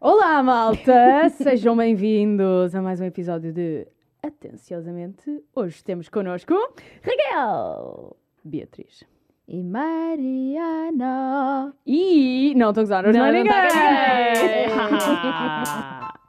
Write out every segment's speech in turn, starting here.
Olá, malta! Sejam bem-vindos a mais um episódio de Atenciosamente. Hoje temos connosco Raquel, Beatriz E Mariana. e. Não, estou a gozar, hoje não, Não, é não ninguém! tá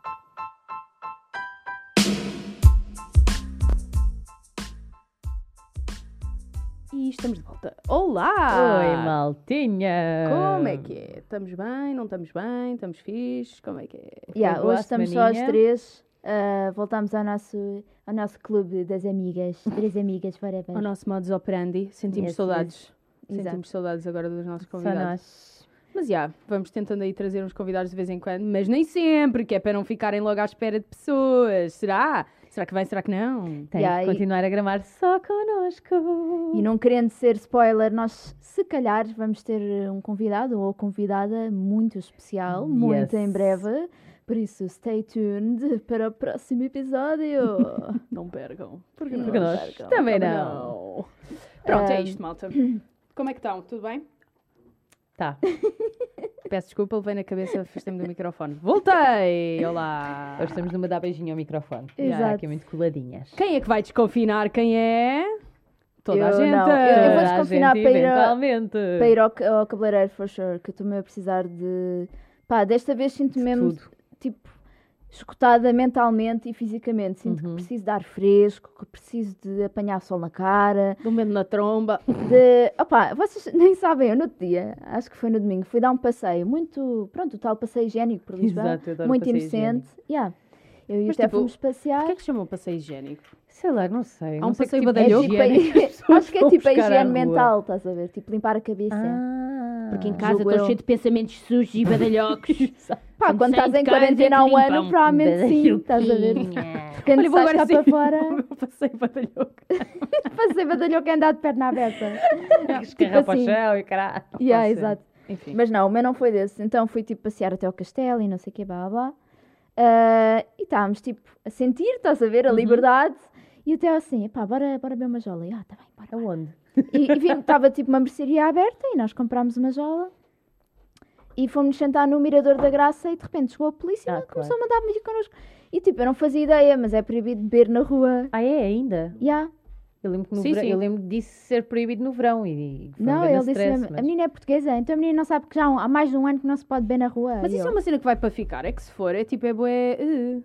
e estamos de volta. Olá! Oi, maltinha. Como é que é? Estamos bem? Não estamos bem? Estamos fixe? Como é que é? Yeah, Boa hoje estamos só as semaninha. três. Ah, voltamos ao nosso, ao nosso clube das amigas. Três amigas, forever. Ao nosso modus operandi, sentimos Yes, saudades. Exato. Sentimos saudades agora dos nossos Só convidados. nós. Mas já, vamos tentando aí trazer uns convidados de vez em quando, mas nem sempre, que é para não ficarem logo à espera de pessoas. Será? Será que vem? Será que não? Tem Yeah, que e- continuar a gramar só connosco. E não querendo ser spoiler, nós se calhar vamos ter um convidado ou convidada muito especial, muito em Yes. breve. Por isso, stay tuned para o próximo episódio. Não percam. Porque não Porque nós percam. também Também não. não. Pronto, é Ahm. isto, malta. Como é que estão? Tudo bem? Tá. Peço desculpa, levei na cabeça, afastei-me do microfone. Voltei! Olá! Hoje estamos numa dar beijinho ao microfone. Exato. Aqui muito coladinhas. Quem é que vai desconfinar? Quem é? Toda a Eu gente! não. Eu- eu vou- Toda a desconfinar gente, para ir a- eventualmente. para ir ao, ca- ao cabeleireiro, for sure, que eu estou-me a precisar de. Pá, desta vez sinto mesmo, Tudo. tipo, escutada mentalmente e fisicamente. Sinto Uhum. que preciso de ar fresco, que preciso de apanhar sol na cara. Do medo na tromba. De. Opá, vocês nem sabem, eu no outro dia, acho que foi no domingo, fui dar um passeio muito. Pronto, o tal passeio higiênico por Lisboa. Exato, eu adoro muito passeio inocente. Yeah. Eu e o Mas, Té tipo, fomos passear. Porquê é que chamam passeio higiênico? Sei lá, não sei. Há não um sei que passeio tipo de É badalhoco? tipo, a- higiene que as pessoas acho que é vão tipo a buscar à higiene rua. mental, estás a ver? Tipo, limpar a cabeça. Ah. Porque em casa casa Julgo estou estou eu. cheio cheio de pensamentos sujos e badalhocos. Pá, Quando quando saem estás de em casa, quarentena há um é que limpam. ano, provavelmente sim, estás a ver? Quando Olha, vou agora sais cá sim. para fora, Eu passei badalhoco. passei badalhoco a andar de perna aberta. Escarrar para assim. o chão e caralho. yeah, Pode ser. exato. Enfim. Mas não, o meu não foi desse. Então fui tipo passear até ao castelo e não sei o que, blá blá. blá. Ah, e estávamos tipo a sentir, estás a Uhum. ver, a liberdade. E até assim, pá, bora, bora beber uma jola. E ah, tá bem, bora. Aonde? E, e vimos que estava tipo uma mercearia aberta e nós comprámos uma jola. E fomos sentar no Mirador da Graça e de repente chegou a polícia e Ah, ela começou a mandar vir connosco. E tipo, eu não fazia ideia, mas é proibido beber na rua. Ah, é ainda? Yeah. Eu lembro, que no Sim, verão, sim. eu lembro disso ser proibido no verão. E e foi um Não, grande ele disse stress, mesmo, mas- a menina é portuguesa, então a menina não sabe que já há um- há mais de um ano que não se pode beber na rua. Mas E isso é eu, uma cena que vai para ficar. É que se for, é tipo, é boé. eh,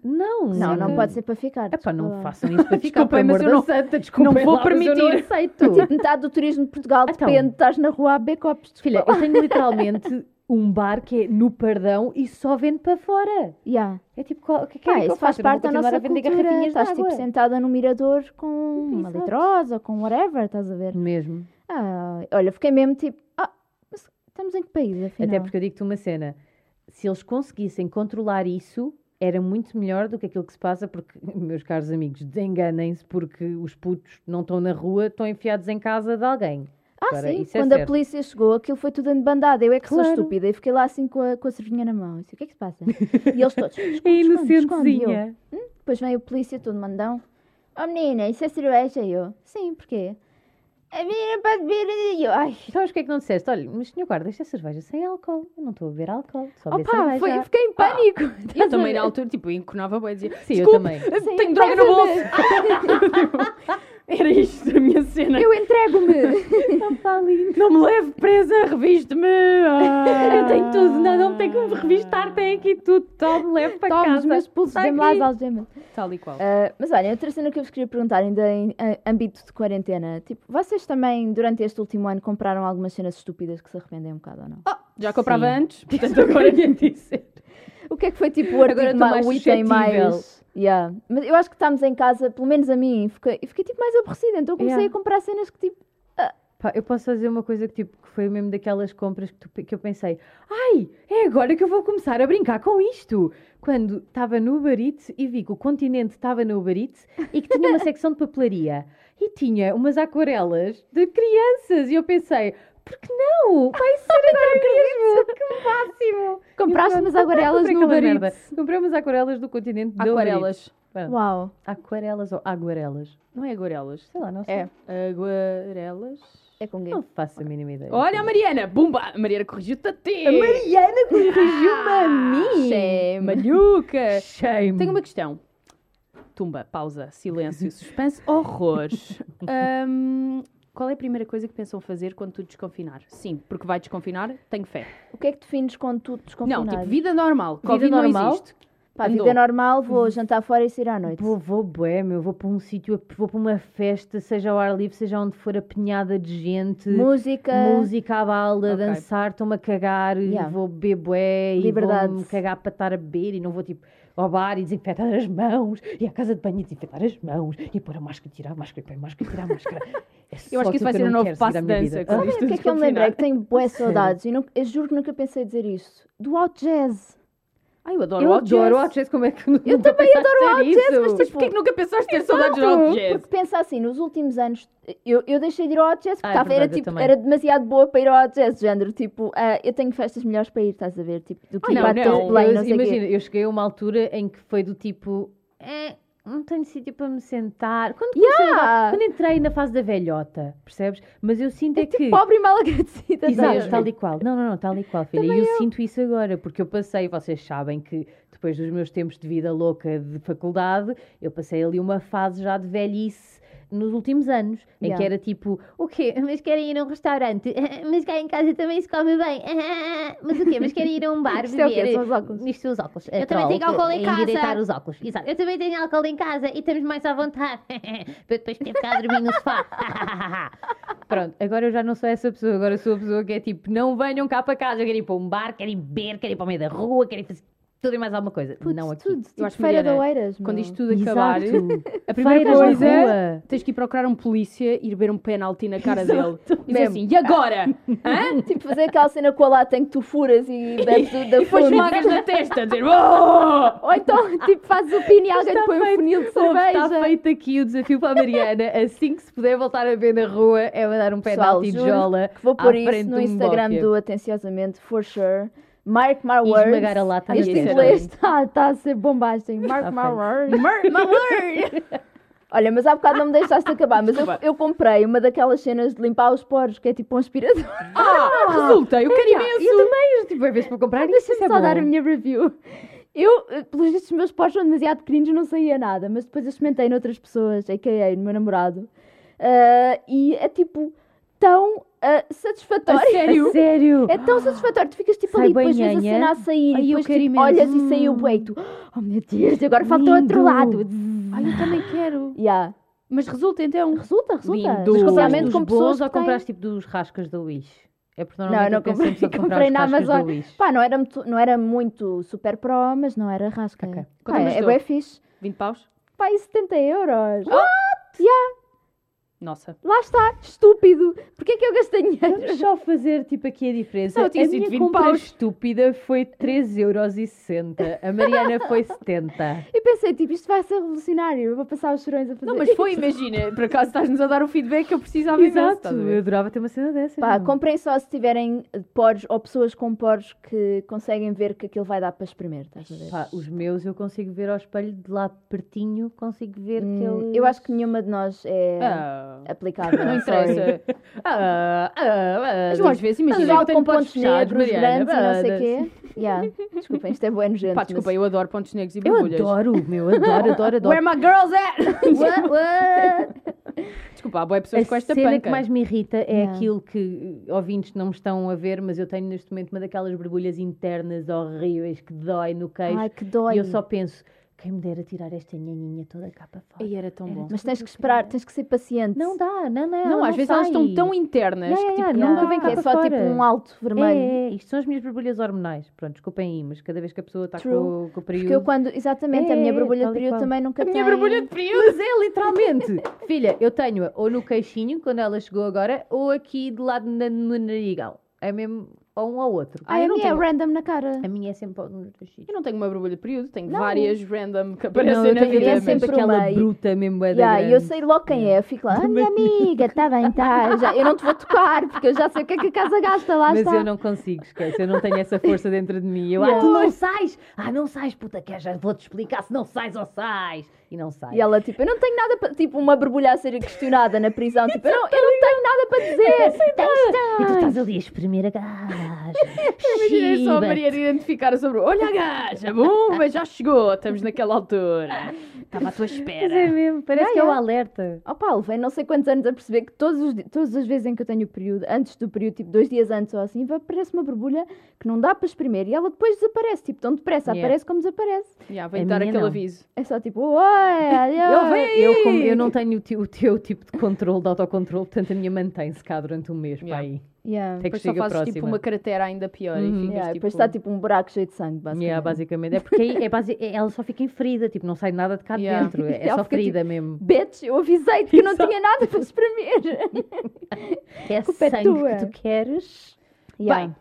Não, Não, nunca. não pode ser para ficar. Epá, desculpa não lá." façam isso para ficar, Desculpem, pelo mas amor eu da não- santa, desculpem não vou lá, mas eu não permitir. aceito. Tipo, metade do turismo de Portugal Então. depende, estás na rua a beber copos de Filha, eu tenho literalmente um bar que é no Pardão e só vende para fora. Yeah. É tipo, qual- o que é que Pá, é que eu isso faz faço? Eu não parte vou da continuar nossa a vender cultura. garrafinhas de Estás tipo água. sentada no mirador com uma Exato. litrosa ou com whatever, estás a ver? Mesmo. Ah, olha, fiquei mesmo tipo, ah, mas estamos em que país afinal? Até porque eu digo-te uma cena. Se eles conseguissem controlar isso, era muito melhor do que aquilo que se passa, porque, meus caros amigos, desenganem-se, porque os putos não estão na rua, estão enfiados em casa de alguém. Ah, Agora, sim, isso é quando a certo. polícia chegou, aquilo foi tudo em bandada. Eu é que sou Claro. estúpida e fiquei lá assim com a, com a cervinha na mão. Eu disse, o que é que se passa? E eles todos, esconde, É esconde, esconde. E eu, inocentezinha. Depois veio a polícia, todo mandão. Oh menina, isso é cerveja? E eu, sim, porquê? A menina pode beber. E eu, ai. Sabes o que é que não disseste? Olha, mas senhor guarda, esta cerveja sem álcool. Eu não estou a beber álcool, só beber Opa, cerveja. foi, fiquei em pânico. Ah, Eu também na altura, tipo, enconava boé e dizia: Sim, eu "Desculpe, também. uh, Sim, Tenho droga no estás a bolso! Era isto a minha cena. Eu entrego-me. Não me leve presa, reviste-me! Ah. Eu tenho tudo, não, não tenho que me revistar, tenho aqui tudo. Tome, leve para Toma casa. os meus pulsos, Está dê-me lá aqui. as algemas. Tal e qual. Ah, mas olha, outra cena que eu vos queria perguntar, ainda em ah, âmbito de quarentena. Tipo, vocês também, durante este último ano, compraram algumas cenas estúpidas que se arrependem um bocado ou não? Ah, já comprava sim. antes, portanto agora ninguém disse. O que é que foi tipo o artigo Oh, Agora estou ma- mais o item suscetível. mais. Yeah. Mas eu acho que estamos em casa, pelo menos a mim, e fiquei, e fiquei tipo mais aborrecida. Então eu comecei Yeah. a comprar cenas que tipo. Pá, eu posso fazer uma coisa que, tipo, que foi mesmo daquelas compras que, tu pe- que eu pensei: ai, é agora que eu vou começar a brincar com isto. Quando estava no Uber Eats e vi que o continente estava no Uber Eats e que tinha uma secção de papelaria e tinha umas aquarelas de crianças. E eu pensei: por que não? Vai ser agora mesmo! Que um máximo! Compraste E pronto, umas aquarelas comprei no aquela Uber merda. Eats. Comprei umas aquarelas do continente do Uber Eats. Aquarelas. Pronto. Uau. Aquarelas ou aguarelas? Não é aguarelas? Sei lá, não sei. É. Aguarelas? É com gay. Não faço a mínima ideia. Olha a Mariana! Bumba! A Mariana corrigiu-te a ti! A Mariana corrigiu-me a mim! Shame. Ah, Maluca! Shame. Tenho uma questão. Tumba, pausa, silêncio, suspense, horrores. Ahm, qual é a primeira coisa que pensam fazer quando tu desconfinar? Sim, porque vai desconfinar, tenho fé. O que é que defines quando tu desconfinas? Não, tipo, vida normal. Covid não normal? existe. Pá, andou. vida é normal, vou jantar fora e sair à noite. Uhum. Vou, vou bué, meu, vou para um sítio, vou para uma festa, seja ao ar livre, seja onde for, apinhada de gente, Música. música à balda, Ok. dançar, estou-me a cagar, e Yeah. vou beber bué, Liberdade. e vou-me cagar para estar a beber, e não vou, tipo, ao bar e desinfetar as mãos, e à casa de banho e desinfetar as mãos, e pôr a máscara, tirar a máscara, pôr a máscara, tirar a máscara. É Eu acho que isso vai ser o novo passo de dança. quando Sabem isto o que é que eu desconfinar. me lembrei? Que tenho boas saudades. E nunca- eu juro que nunca pensei dizer isto. Do alt jazz. Ai, eu adoro Eu o alt adoro o jazz. alt jazz, como é que eu também adoro alt jazz, mas Mas tipo, porquê que nunca pensaste ter saudades do alt jazz? Porque pensa assim, nos últimos anos eu, eu deixei de ir ao hot jazz porque Ah, é estava- era, verdade, eu tipo, também. era demasiado boa para ir ao hot jazz, de género. Tipo, ah, eu tenho festas melhores para ir, estás a ver? Tipo, do que Ah, ir não, para a não. Torre de Belém, não sei o quê. imagina, eu cheguei a uma altura em que foi do tipo, "Eh, não tenho sítio para me sentar. Quando, comecei a Yeah. dar- quando é entrei na fase da velhota, percebes? Mas eu sinto é, que. tipo Pobre e mal agradecida. estás a Exato, ver? tal e qual. Não, não, não, tal e qual, filha. E eu, sinto isso agora, porque eu passei, vocês sabem que depois dos meus tempos de vida louca de faculdade, eu passei ali uma fase já de velhice nos últimos anos, em Yeah. que era tipo, o quê? Mas querem ir a um restaurante? Mas cá em casa também se come bem. Mas o quê? Mas querem ir a um bar Isto é o quê? beber? São os óculos. Isto são os óculos. Então, Eu também tenho álcool em casa. Endireitar os óculos. Exato. Eu também tenho álcool em casa e estamos mais à vontade. Para depois ter ficado a dormir no sofá. Pronto, agora eu já não sou essa pessoa. Agora sou a pessoa que é tipo, não venham cá para casa. Eu quero ir para um bar, quero ir beber, quero ir para o meio da rua, quero ir fazer tudo e mais alguma coisa. Putz, não aqui. tudo. Tipo, acho que feira de é Mariana, Oeiras, Quando meu. isto tudo acabar, a primeira Feiras na coisa rua. tens que ir procurar um polícia e ir beber um penalti na cara dele. E dizer Mesmo. assim, e agora? Tipo, fazer aquela cena com a lata em que tu furas e bebes do- da E depois fonte. esmagas na testa, a dizer "Oh!" Ou então, tipo, fazes o pino e alguém te põe um funil de tá Ouve, tá Está cerveja. feito aqui o desafio para a Mariana. Assim que se puder voltar a ver na rua, é mandar um Pessoal, penalti de juro jola. Que vou pôr à frente isso no de um Instagram bófia. do Atenciosamente, for sure. Mark my E words. esmagar a lata na Este testa. inglês está tá a ser bombástico. Mark Está my feito. words. Mer- ma- mer. Olha, mas há bocado não me deixaste acabar, mas eu, Desculpa. eu comprei uma daquelas cenas de limpar os poros, que é tipo um aspirador. Ah, resulta, eu quero imenso. Eu também, tipo, é vez para comprar isso, isso Deixa-me é só bom. dar a minha review. Eu, eh, pelos vistos, os meus pós são demasiado pequeninos e não saía nada, mas depois eu experimentei noutras pessoas, a.k.a. no meu namorado, Ah, e é tipo tão ah, satisfatório. A sério? A sério? É tão satisfatório, tu ficas tipo Sai ali, depois bem vês a nhanha. cena a sair, Ai, e eu depois quero tipo, imenso. olhas e sai o peito. Oh meu Deus, agora falta outro Lindo. lado. Ai, eu também quero. Yeah. Mas resulta então. Resulta, resulta. Lindo. Mas compraste Especialmente dos com pessoas bolos que ou têm- compraste tipo dos rascas da Wish? É porque Não, eu normalmente não eu penso sempre comprei, só em comprar comprei os na rascas da Amazon. Wish. Pá, não era, muito, não era muito super pro, mas não era rasca. Ok. Pá, Quanto é custou? bem fixe. 20 paus? Pai, 70 euros. Nossa. Lá está, estúpido. Porquê é que eu gastei dinheiro? Vamos só fazer tipo aqui a diferença. Não, eu tinha a sido minha 20 compra paus. estúpida foi 3,60€. A Mariana foi 70. E pensei, tipo, isto vai ser revolucionário. Eu vou passar os chorões a fazer. Não, mas foi, imagina. Por acaso estás-nos a dar o feedback que eu precisava imenso. Exato, estás a eu ver? adorava ter uma cena dessas. Pá, não. comprem só se tiverem eh, poros ou pessoas com poros que conseguem ver que aquilo vai dar para espremer, estás a ver? Pá, os meus eu consigo ver ao espelho de lá pertinho, consigo ver Hum, que ele. Eu acho que nenhuma de nós é Ah, aplicável. Não sorry. interessa. Ah, ah, ah. Mas eu às vezes Mas imagina. já eu com tenho pontos fechados, negros, Mariana, grandes e não sei o mas- quê. Yeah. Desculpem, isto é bueno, gente. Pá, desculpa, eu adoro pontos negros e Eu borbulhas. adoro, meu, adoro, adoro, adoro. Where my girls at? mas... What? What? Desculpa, há boas pessoas com A esta cena panca. que mais me irrita é Yeah. aquilo que eh, ouvintes não me estão a ver, mas eu tenho neste momento uma daquelas borbulhas internas horríveis que dói no queixo. Ai, que dói. E eu só penso, quem me dera tirar esta nhaninha toda cá para fora. Ai, era tão bom. Mas tens que esperar, tens que ser paciente. Não dá, não, não. É, Não, às vezes elas estão tão internas Yeah, que tipo, yeah, yeah, nunca yeah. vem cá é para só tipo fora. um alto vermelho. É, é, isto são as minhas borbulhas hormonais. Pronto, desculpem aí, mas cada vez que a pessoa está com, True. o- com o Porque eu período. quando, exatamente, a minha É, borbulha de tal e período qual. também nunca A minha tem- borbulha de período. Mas é literalmente! Filha, eu tenho-a ou no queixinho, quando ela chegou agora, ou aqui do lado na, no narigal. É mesmo ou um ao outro. Ah, a não minha é random na cara. A minha é sempre um dos dois sítios. Eu não tenho uma borbulha de período, tenho Não. várias random que Não, aparecem eu na tenho- eu vida. é tenho mas- sempre sempre aquela uma e- bruta mesmo, é da Yeah, e eu grande. sei logo quem é, eu fico lá, ah, minha amiga, está bem, está. Já, eu não te vou tocar, porque eu já sei o que é que a casa gasta, lá Mas está. eu não consigo, esquece. Eu não tenho essa força dentro de mim. Eu, Yeah. ah, Tu não sais! Ah, não sais, puta que é, já vou-te explicar se não sais ou sais! E não sais. E ela, tipo, eu não tenho nada para. Tipo, uma borbulha a ser questionada na prisão. Tipo, eu não, eu não tenho nada para dizer. E tu estás ali a espremer a gaja. Imaginei só a Chiba. Maria identificar sobre. Olha a gaja, bomba, já chegou, estamos naquela altura. Estava à tua mas é espera. mesmo, parece Yeah, que é o yeah. alerta. Ó Paulo, vem não sei quantos anos a perceber que todos os, di- todas as vezes em que eu tenho o período, antes do período, tipo dois dias antes ou assim, vai- aparece uma borbulha que não dá para espremer e ela depois desaparece, tipo, tão depressa Yeah. aparece como desaparece. Já, vem A dar minha aquele não. aviso. É só tipo, oi, Eu, adeus. eu, como- eu não tenho o, ti- o teu tipo de controle, de autocontrole, portanto a minha mantém-se cá durante um mês Yeah. para aí. Yeah. Até que Depois só chega a fazes próxima. tipo uma cratera ainda pior Uhum. e ficas Yeah, tipo. Depois está tipo um buraco cheio de sangue, basicamente. Yeah, basicamente. É porque aí, é basi- é- ela só fica em ferida, tipo, não sai nada de cá de Yeah. dentro. É Ela só fica, ferida mesmo. Bitch, eu avisei-te que eu não tinha nada para espremer. É culpa é sangue tua. que tu queres. Yeah. Bem.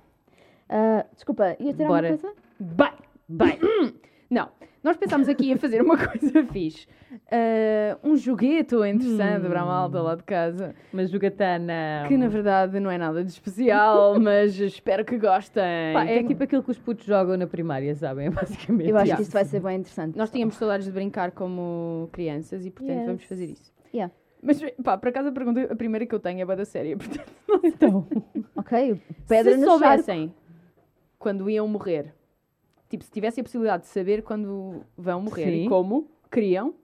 Ah, desculpa, ia tirar Bora. uma coisa? Bem, bem. Não, nós pensámos aqui em fazer uma coisa fixe. Ah, um jogueto interessante para a malta lá de casa. Mas jogatana. Que na verdade não é nada de especial, mas espero que gostem. Pá, é tipo aquilo que os putos jogam na primária, sabem? Basicamente. Eu acho Yeah. que isso vai ser bem interessante. Nós tínhamos saudades de brincar como crianças e, portanto, Yes. vamos fazer isso. Yeah. Mas, pá, por acaso a pergunta, a primeira que eu tenho é bué da séria, portanto, Então, Ok, pedra se no charco. soubessem quando iam morrer, tipo, se tivessem a possibilidade de saber quando vão morrer e Sim. como, queriam,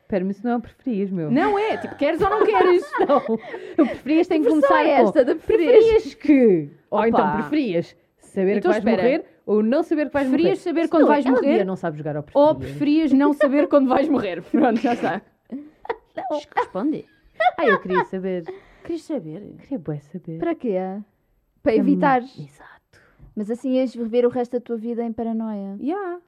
espera-me, isso não é um preferias, meu. não é, tipo, queres ou não queres? Não. Eu preferias tem que Versão começar é com- esta da preferias. Preferias que... Ou Opa. então preferias saber Então, que vais espera. morrer ou não saber que vais Preferias morrer. saber Se quando não, vais ela morrer? dia não sabe jogar ao preferias. ou preferias não saber quando vais morrer? Pronto, já está. Responde. Ah, eu queria saber. Queres saber? Queria bué saber. Para quê? Para evitar. Hum, Exato. Mas assim ias viver o resto da tua vida em paranoia. Yeah.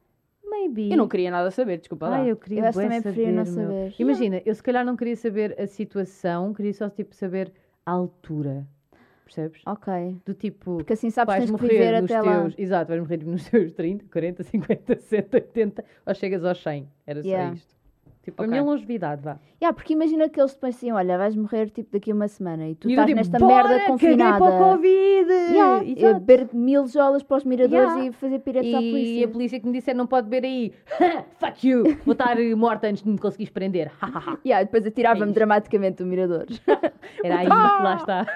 Maybe. Eu não queria nada saber, desculpa lá. Ah, eu queria Eu acho bué também saber, preferia não meu. saber. Imagina, eu se calhar não queria saber a situação, queria só tipo saber a altura. Percebes? Ok. Do tipo, Porque assim sabes que vais tens que morrer viver nos até lá. teus. Exato, vais morrer nos teus 30, 40, 50, 60, 80, ou chegas aos 100. Era Yeah. só isto. Tipo, Ok. a minha longevidade, vá. Yeah, porque imagina que eles depois assim, olha, vais morrer tipo daqui a uma semana e tu E eu estás digo, nesta "Bora, merda caguei confinada. para o Covid! Yeah, Exato. eh, beber mil jolas para os miradores Yeah. e fazer piretes à E polícia. a polícia que me disser não pode beber aí, fuck you, vou estar eh, morta antes de me conseguires prender. Yeah, depois É atirava-me isto. dramaticamente do mirador. Era aí, lá está.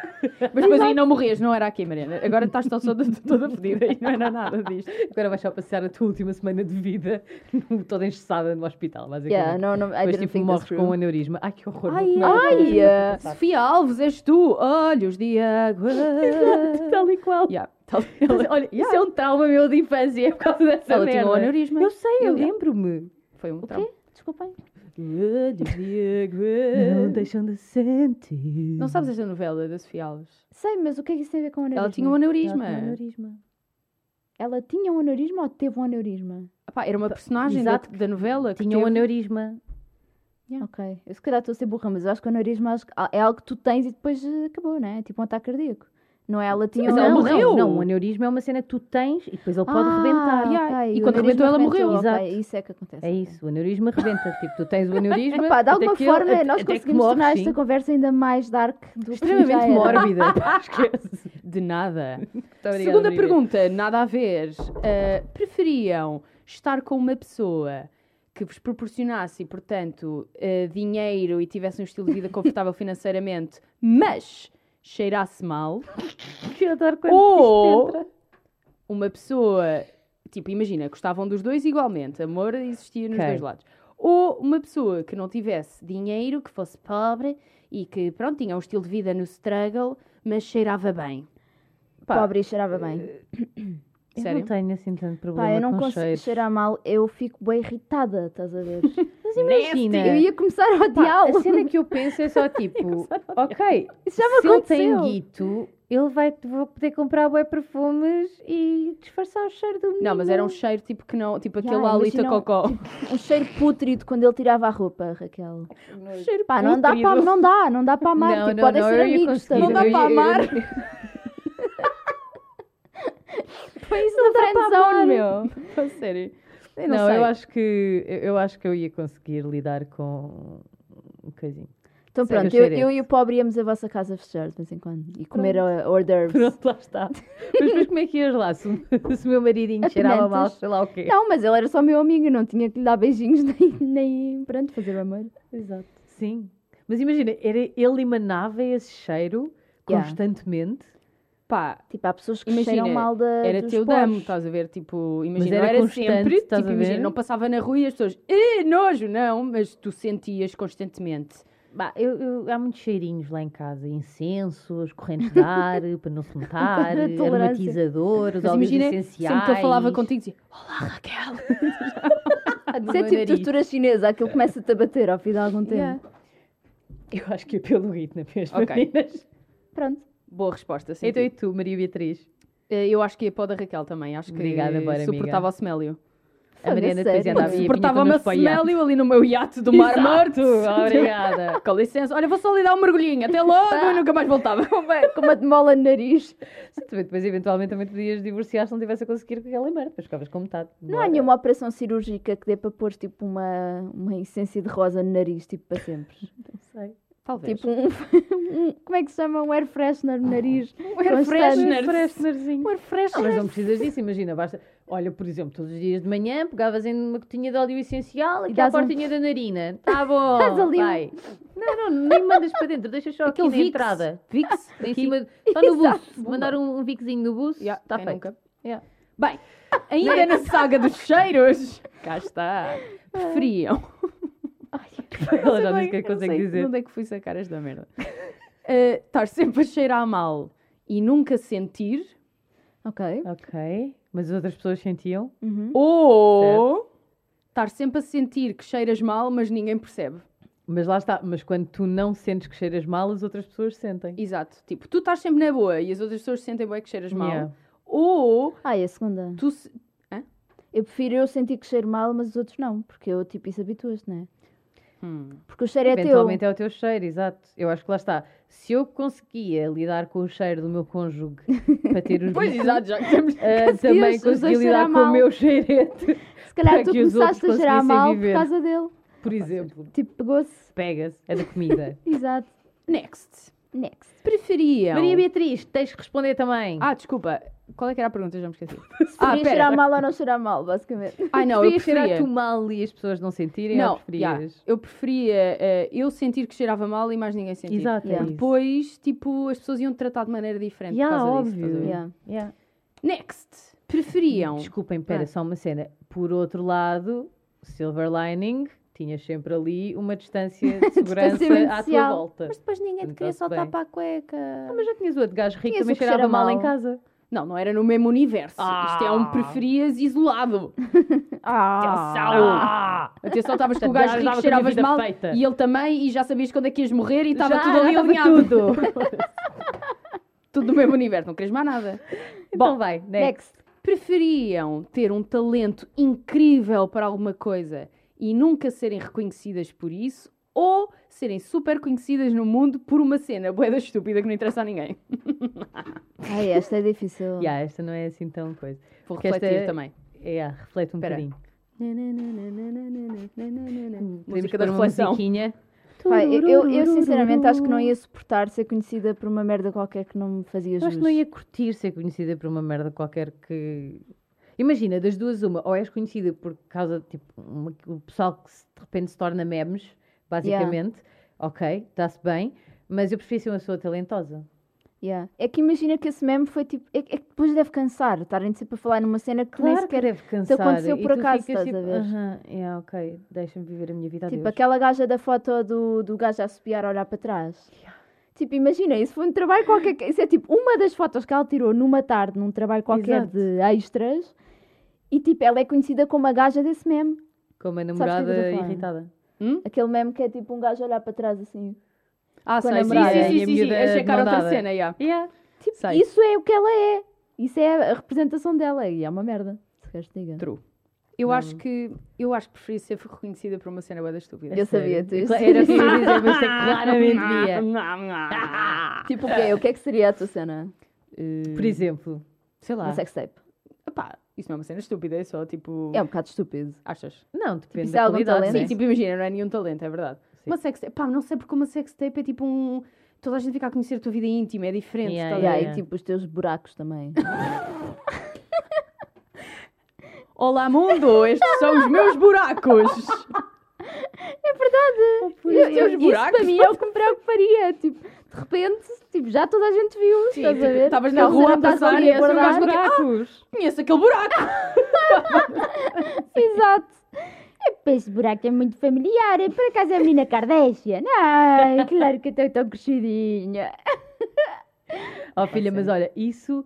Mas depois aí não morrias, não era aqui, Mariana. Agora estás só toda, toda fodida e não era nada disto. Agora vais só passear a tua última semana de vida no- toda engessada no hospital, basicamente. yeah, no, no, I Depois, didn't tipo, think morres this com um through. aneurisma. Ai, que horror. Ai, Não, ai, não, não, eh, não, não, não. Sofia Alves, és tu, olhos de água. Tal e qual. yeah, tal- Mas, ela olha, isso é um trauma meu de infância, é por causa dessa ela tinha um merda. aneurisma. eu sei, eu Yeah. lembro-me. Foi um O trauma. quê? Desculpem. Olhos de Não água. deixam de sentir. Não sabes esta novela da Sofia Alves? Sei, mas o que é que isso tem a ver com aneurisma? Ela tinha um aneurisma. é aneurisma. Ela tinha um aneurisma ou teve um aneurisma? Pá, era uma personagem da, Exato. da novela que Tinha um teve- aneurisma. Ok. Eu se calhar estou a ser burra, mas eu acho que o aneurisma acho que é algo que tu tens e depois eh, acabou, né? É tipo um ataque cardíaco. Não é? Ela tinha mas um ela não, aneurisma. morreu. Não, não, um aneurisma é uma cena que tu tens e depois ele pode Ah, rebentar. yeah. ok, E o quando rebentou, aneurisma ela morreu. rebentou, ok, Exato. Isso é que acontece. É ok. isso, o aneurisma rebenta. tipo, tu tens o aneurisma. Epá, de até alguma que ele- forma, é, até- nós até que conseguimos morre, tornar sim. esta conversa ainda mais dark do que já extremamente era. mórbida. Esquece. De nada. Muito obrigada, Segunda Maria. pergunta, nada a ver. Uh, preferiam estar com uma pessoa que vos proporcionasse, portanto, uh, dinheiro e tivesse um estilo de vida confortável financeiramente, mas cheirasse mal? Eu adoro quando ou Oh! isto entra. uma pessoa, tipo, imagina, gostavam dos dois igualmente, amor existia nos Ok. dois lados. Ou uma pessoa que não tivesse dinheiro, que fosse pobre e que, pronto, tinha um estilo de vida no struggle, mas cheirava bem. Pá, Pobre e cheirava bem. eu Sério? não tenho assim tanto problema Pá, eu não com consigo cheiros. cheirar mal, eu fico bem irritada, estás a ver? Mas Sim, imagina, Eu ia começar a né? pá, odiá-lo. a cena que eu penso é só tipo, ok, Isso já me se ele tem aconteceu. guito, ele vai vou poder comprar bué perfumes e disfarçar o cheiro do menino. Não, mas era um cheiro tipo que não, tipo aquele Yeah, Alita imagina um- Cocó. Um cheiro pútrido quando ele tirava a roupa, Raquel. cheiro Pá, não dá, para, não dá, não dá para amar. Um Não, tipo, não, podem é não, ser eu ia amigos, conseguir. também. Não dá Eu ia- para amar. eu ia- Foi isso da dá para friendzone, amar. meu. tipo, A sério. Não, Não eu sei. acho que eu, eu acho que eu ia conseguir lidar com um coisinho. Então Segue o pronto, eu, cheirete. eu e o pobre íamos à vossa casa fechar de vez em quando. E comer a hors d'oeuvres. Pronto, lá está. Mas depois como é que ias lá? Se, o- se o meu maridinho cheirava mal, Atenantes. sei lá o quê. Não, mas ele era só meu amigo, não tinha que lhe dar beijinhos nem, nem pronto, fazer o amor. Exato. Sim. Mas imagina, era, ele emanava esse cheiro Yeah. constantemente. Pá, Tipo, há pessoas que Imagina, cheiram mal da. era dos teu pós. damo, tá? estás a ver? Tipo, imagina, era eu era constante, sempre, estás tipo, a imagina, ver? não passava na rua e as pessoas, eh, nojo, não, mas tu sentias constantemente. Bah, eu, eu- há muitos cheirinhos lá em casa. Incensos, correntes de ar, para não se notar, A tolerância. aromatizador, os Mas óleos imagina, essenciais. sempre que eu falava contigo, dizia, olá Raquel. Isso é tipo tortura chinesa, aquilo começa-te a bater ao fim de algum tempo. Yeah. Eu acho que é pelo ritmo mesmo, assim Ok. meninas. Pronto. Boa resposta, sim. Então e tu, Maria Beatriz? Eh, Eu acho que ia para o da Raquel também. Acho que Obrigada, bora, amiga. suportava o Smélio. A Mariana a depois sério? andava e Porque vinha Suportava o connosco meu para o iate. Smélio ali no meu iate do Mar Exato. Morto. Obrigada. Com licença. Olha, vou só lhe dar um mergulhinho. Até logo. Eu nunca mais voltava. Com uma, com uma demola no nariz. Sim, também depois eventualmente também te podias divorciar se não tivesse a conseguir com aquela merda. Depois ficavas com metade. Não há nenhuma operação cirúrgica que dê para pôr tipo uma, uma essência de rosa no nariz, tipo para sempre. Não sei. Talvez. Tipo um, um- Como é que se chama? Um air freshener no nariz. Ah, um air freshener. Ah. Um air freshener. Mas não precisas disso, imagina. Basta... Olha, por exemplo, todos os dias de manhã pegavas em uma gotinha de óleo essencial aqui à dás um- portinha da narina. Tá bom. Dás ali um- vai. Não, não, nem mandas para dentro. Deixas só aqui Aquele na Vicks. entrada. Vix. Em aqui. cima, só no Exato. buço. Mandar um, um viquezinho no buço. Yeah, Está quem feito. nunca? Yeah. Bem, ainda na saga dos cheiros. Cá está. Preferiam. Ela já Não sei disse bem, o que é que eu não consegue sei de dizer. Onde é que fui sacar esta merda? Eh, Estar sempre a cheirar mal e nunca sentir. Ok. Ok. Mas as outras pessoas sentiam? Uhum. Ou estar sempre a sentir que cheiras mal, mas ninguém percebe. Mas lá está. Mas quando tu não sentes que cheiras mal, as outras pessoas sentem. Exato. Tipo, tu estás sempre na boa e as outras pessoas sentem bem que cheiras mal. Yeah. Ou Ah, e a segunda? tu. se- Eu prefiro eu sentir que cheiro mal, mas os outros não, porque eu tipo isso habituas, não é? Hum. Porque o cheiro é teu. Eventualmente é o teu cheiro, exato. Eu acho que lá está. Se eu conseguia lidar com o cheiro do meu cônjuge para ter os Pois, bicos, exato, já que temos. ah, também os dois conseguia cheirar lidar com mal. o meu cheirete, Se calhar para tu que os começaste a outros cheirar conseguissem mal viver. por causa dele. por exemplo. Tipo, pegou-se. Pega-se, é da comida. Exato. Next. Next. Preferiam. Maria Beatriz, tens que responder também. Ah, desculpa. Qual é que era a pergunta? Já me esqueci. Se ah, pera. cheirar mal ou não cheirar mal, basicamente. Ai, não, eu preferias preferia. cheirar tu mal e as pessoas não sentirem Não, ou preferias? já, eu preferia eh, eu sentir que cheirava mal e mais ninguém sentir. Exato, Yeah. é isso. Depois, tipo, as pessoas iam te tratar de maneira diferente Yeah, por causa óbvio. disso. estás a ver? Yeah. Yeah. Next. Preferiam. Desculpem, pera, Ah. só uma cena. Por outro lado, silver lining, tinhas sempre ali uma distância de segurança à tua inicial. volta. Mas depois ninguém te queria Então-se soltar Então, bem. para a cueca. Ah, mas já tinhas o outro gajo rico, Tinhas também o que cheirava cheira mal. mal. em casa. Não, não era no mesmo universo. Isto é um Ah. preferias isolado. Ah! Atenção, estavas com o Já gajo estava rico, com a cheiravas vida mal feita. e ele também, e já sabias quando é que ias morrer e estava Já, tudo ali já estava alinhado. tudo. Tudo no mesmo universo, não querias mais nada. então vai, next. Next. Preferiam ter um talento incrível para alguma coisa e nunca serem reconhecidas por isso ou serem super conhecidas no mundo por uma cena boeda estúpida que não interessa a ninguém? Ai, esta é difícil. Yeah, esta não é assim tão coisa. Vou Porque refletir esta é- também. É, ah, reflete um Espera. bocadinho. Podemos Música pôr da uma reflexão. musiquinha. Pá, eu, eu, eu sinceramente acho que não ia suportar ser conhecida por uma merda qualquer que não me fazia Eu jus. acho que não ia curtir ser conhecida por uma merda qualquer que. Imagina, das duas, uma, ou és conhecida por causa de tipo, uma- o pessoal que se- de repente se torna memes, basicamente. Ok, está-se bem, mas eu prefiro ser uma pessoa talentosa. Yeah. É que imagina que esse meme foi tipo. É, é que depois deve cansar estarem sempre a falar numa cena que nem sequer. é, deve te cansar. aconteceu e por tu acaso, ficas estás a tipo, ver? "Aham, é, ok, deixa-me viver a minha vida. Tipo, adeus." aquela gaja da foto do, do gajo a assobiar a olhar para trás. Tipo, imagina, isso foi um trabalho qualquer. que- Isso é tipo uma das fotos que ela tirou numa tarde, num trabalho qualquer Exato. de extras. E tipo, ela é conhecida como a gaja desse meme. Com uma que eu estou a namorada falar? irritada. Aquele meme que é tipo um gajo a olhar para trás assim. Ah, Com a sei, sim, namorada. sim, E sim, a sim, sim. miúda Achei que era outra demandada. cena, já. Tipo, Sei. isso é o que ela é. Isso é a representação dela. E é uma merda. Se queres que diga. True. Eu acho que eu acho que preferia ser reconhecida por uma cena boeda estúpida. Eu sabia, tu Sério. ias Era o que eu dizer. ia dizer, mas é claramente via. Tipo o quê? O que é que seria a tua cena? Eh, Por exemplo, sei lá. Um sex tape. pá, isso não é uma cena estúpida, é só tipo. É um bocado estúpido. Achas? Não, depende isso é da algum qualidade, talento? né? Sim, tipo, imagina, não é nenhum talento, é verdade. Sim. Uma sextape, pá, não sei porque uma sextape é tipo um. Toda a gente fica a conhecer a tua vida íntima, é diferente. Yeah, estás a Yeah, ver? E tipo os teus buracos também. Olá, mundo, estes são os meus buracos. Eu, isso, eu- É Tipo, os isso buracos, para mim é o que me preocuparia. Tipo, de repente, tipo, já toda a gente viu. Sim, estás a tipo, ver? estavas na Eles rua a eram passar ali e é esse um guardar. gajo qualquer- Conheço aquele buraco. Exato. Epá, Esse buraco é muito familiar, é por acaso é a menina Kardashian? Ai, Claro que eu estou tão crescidinha. Oh filha, mas olha, isso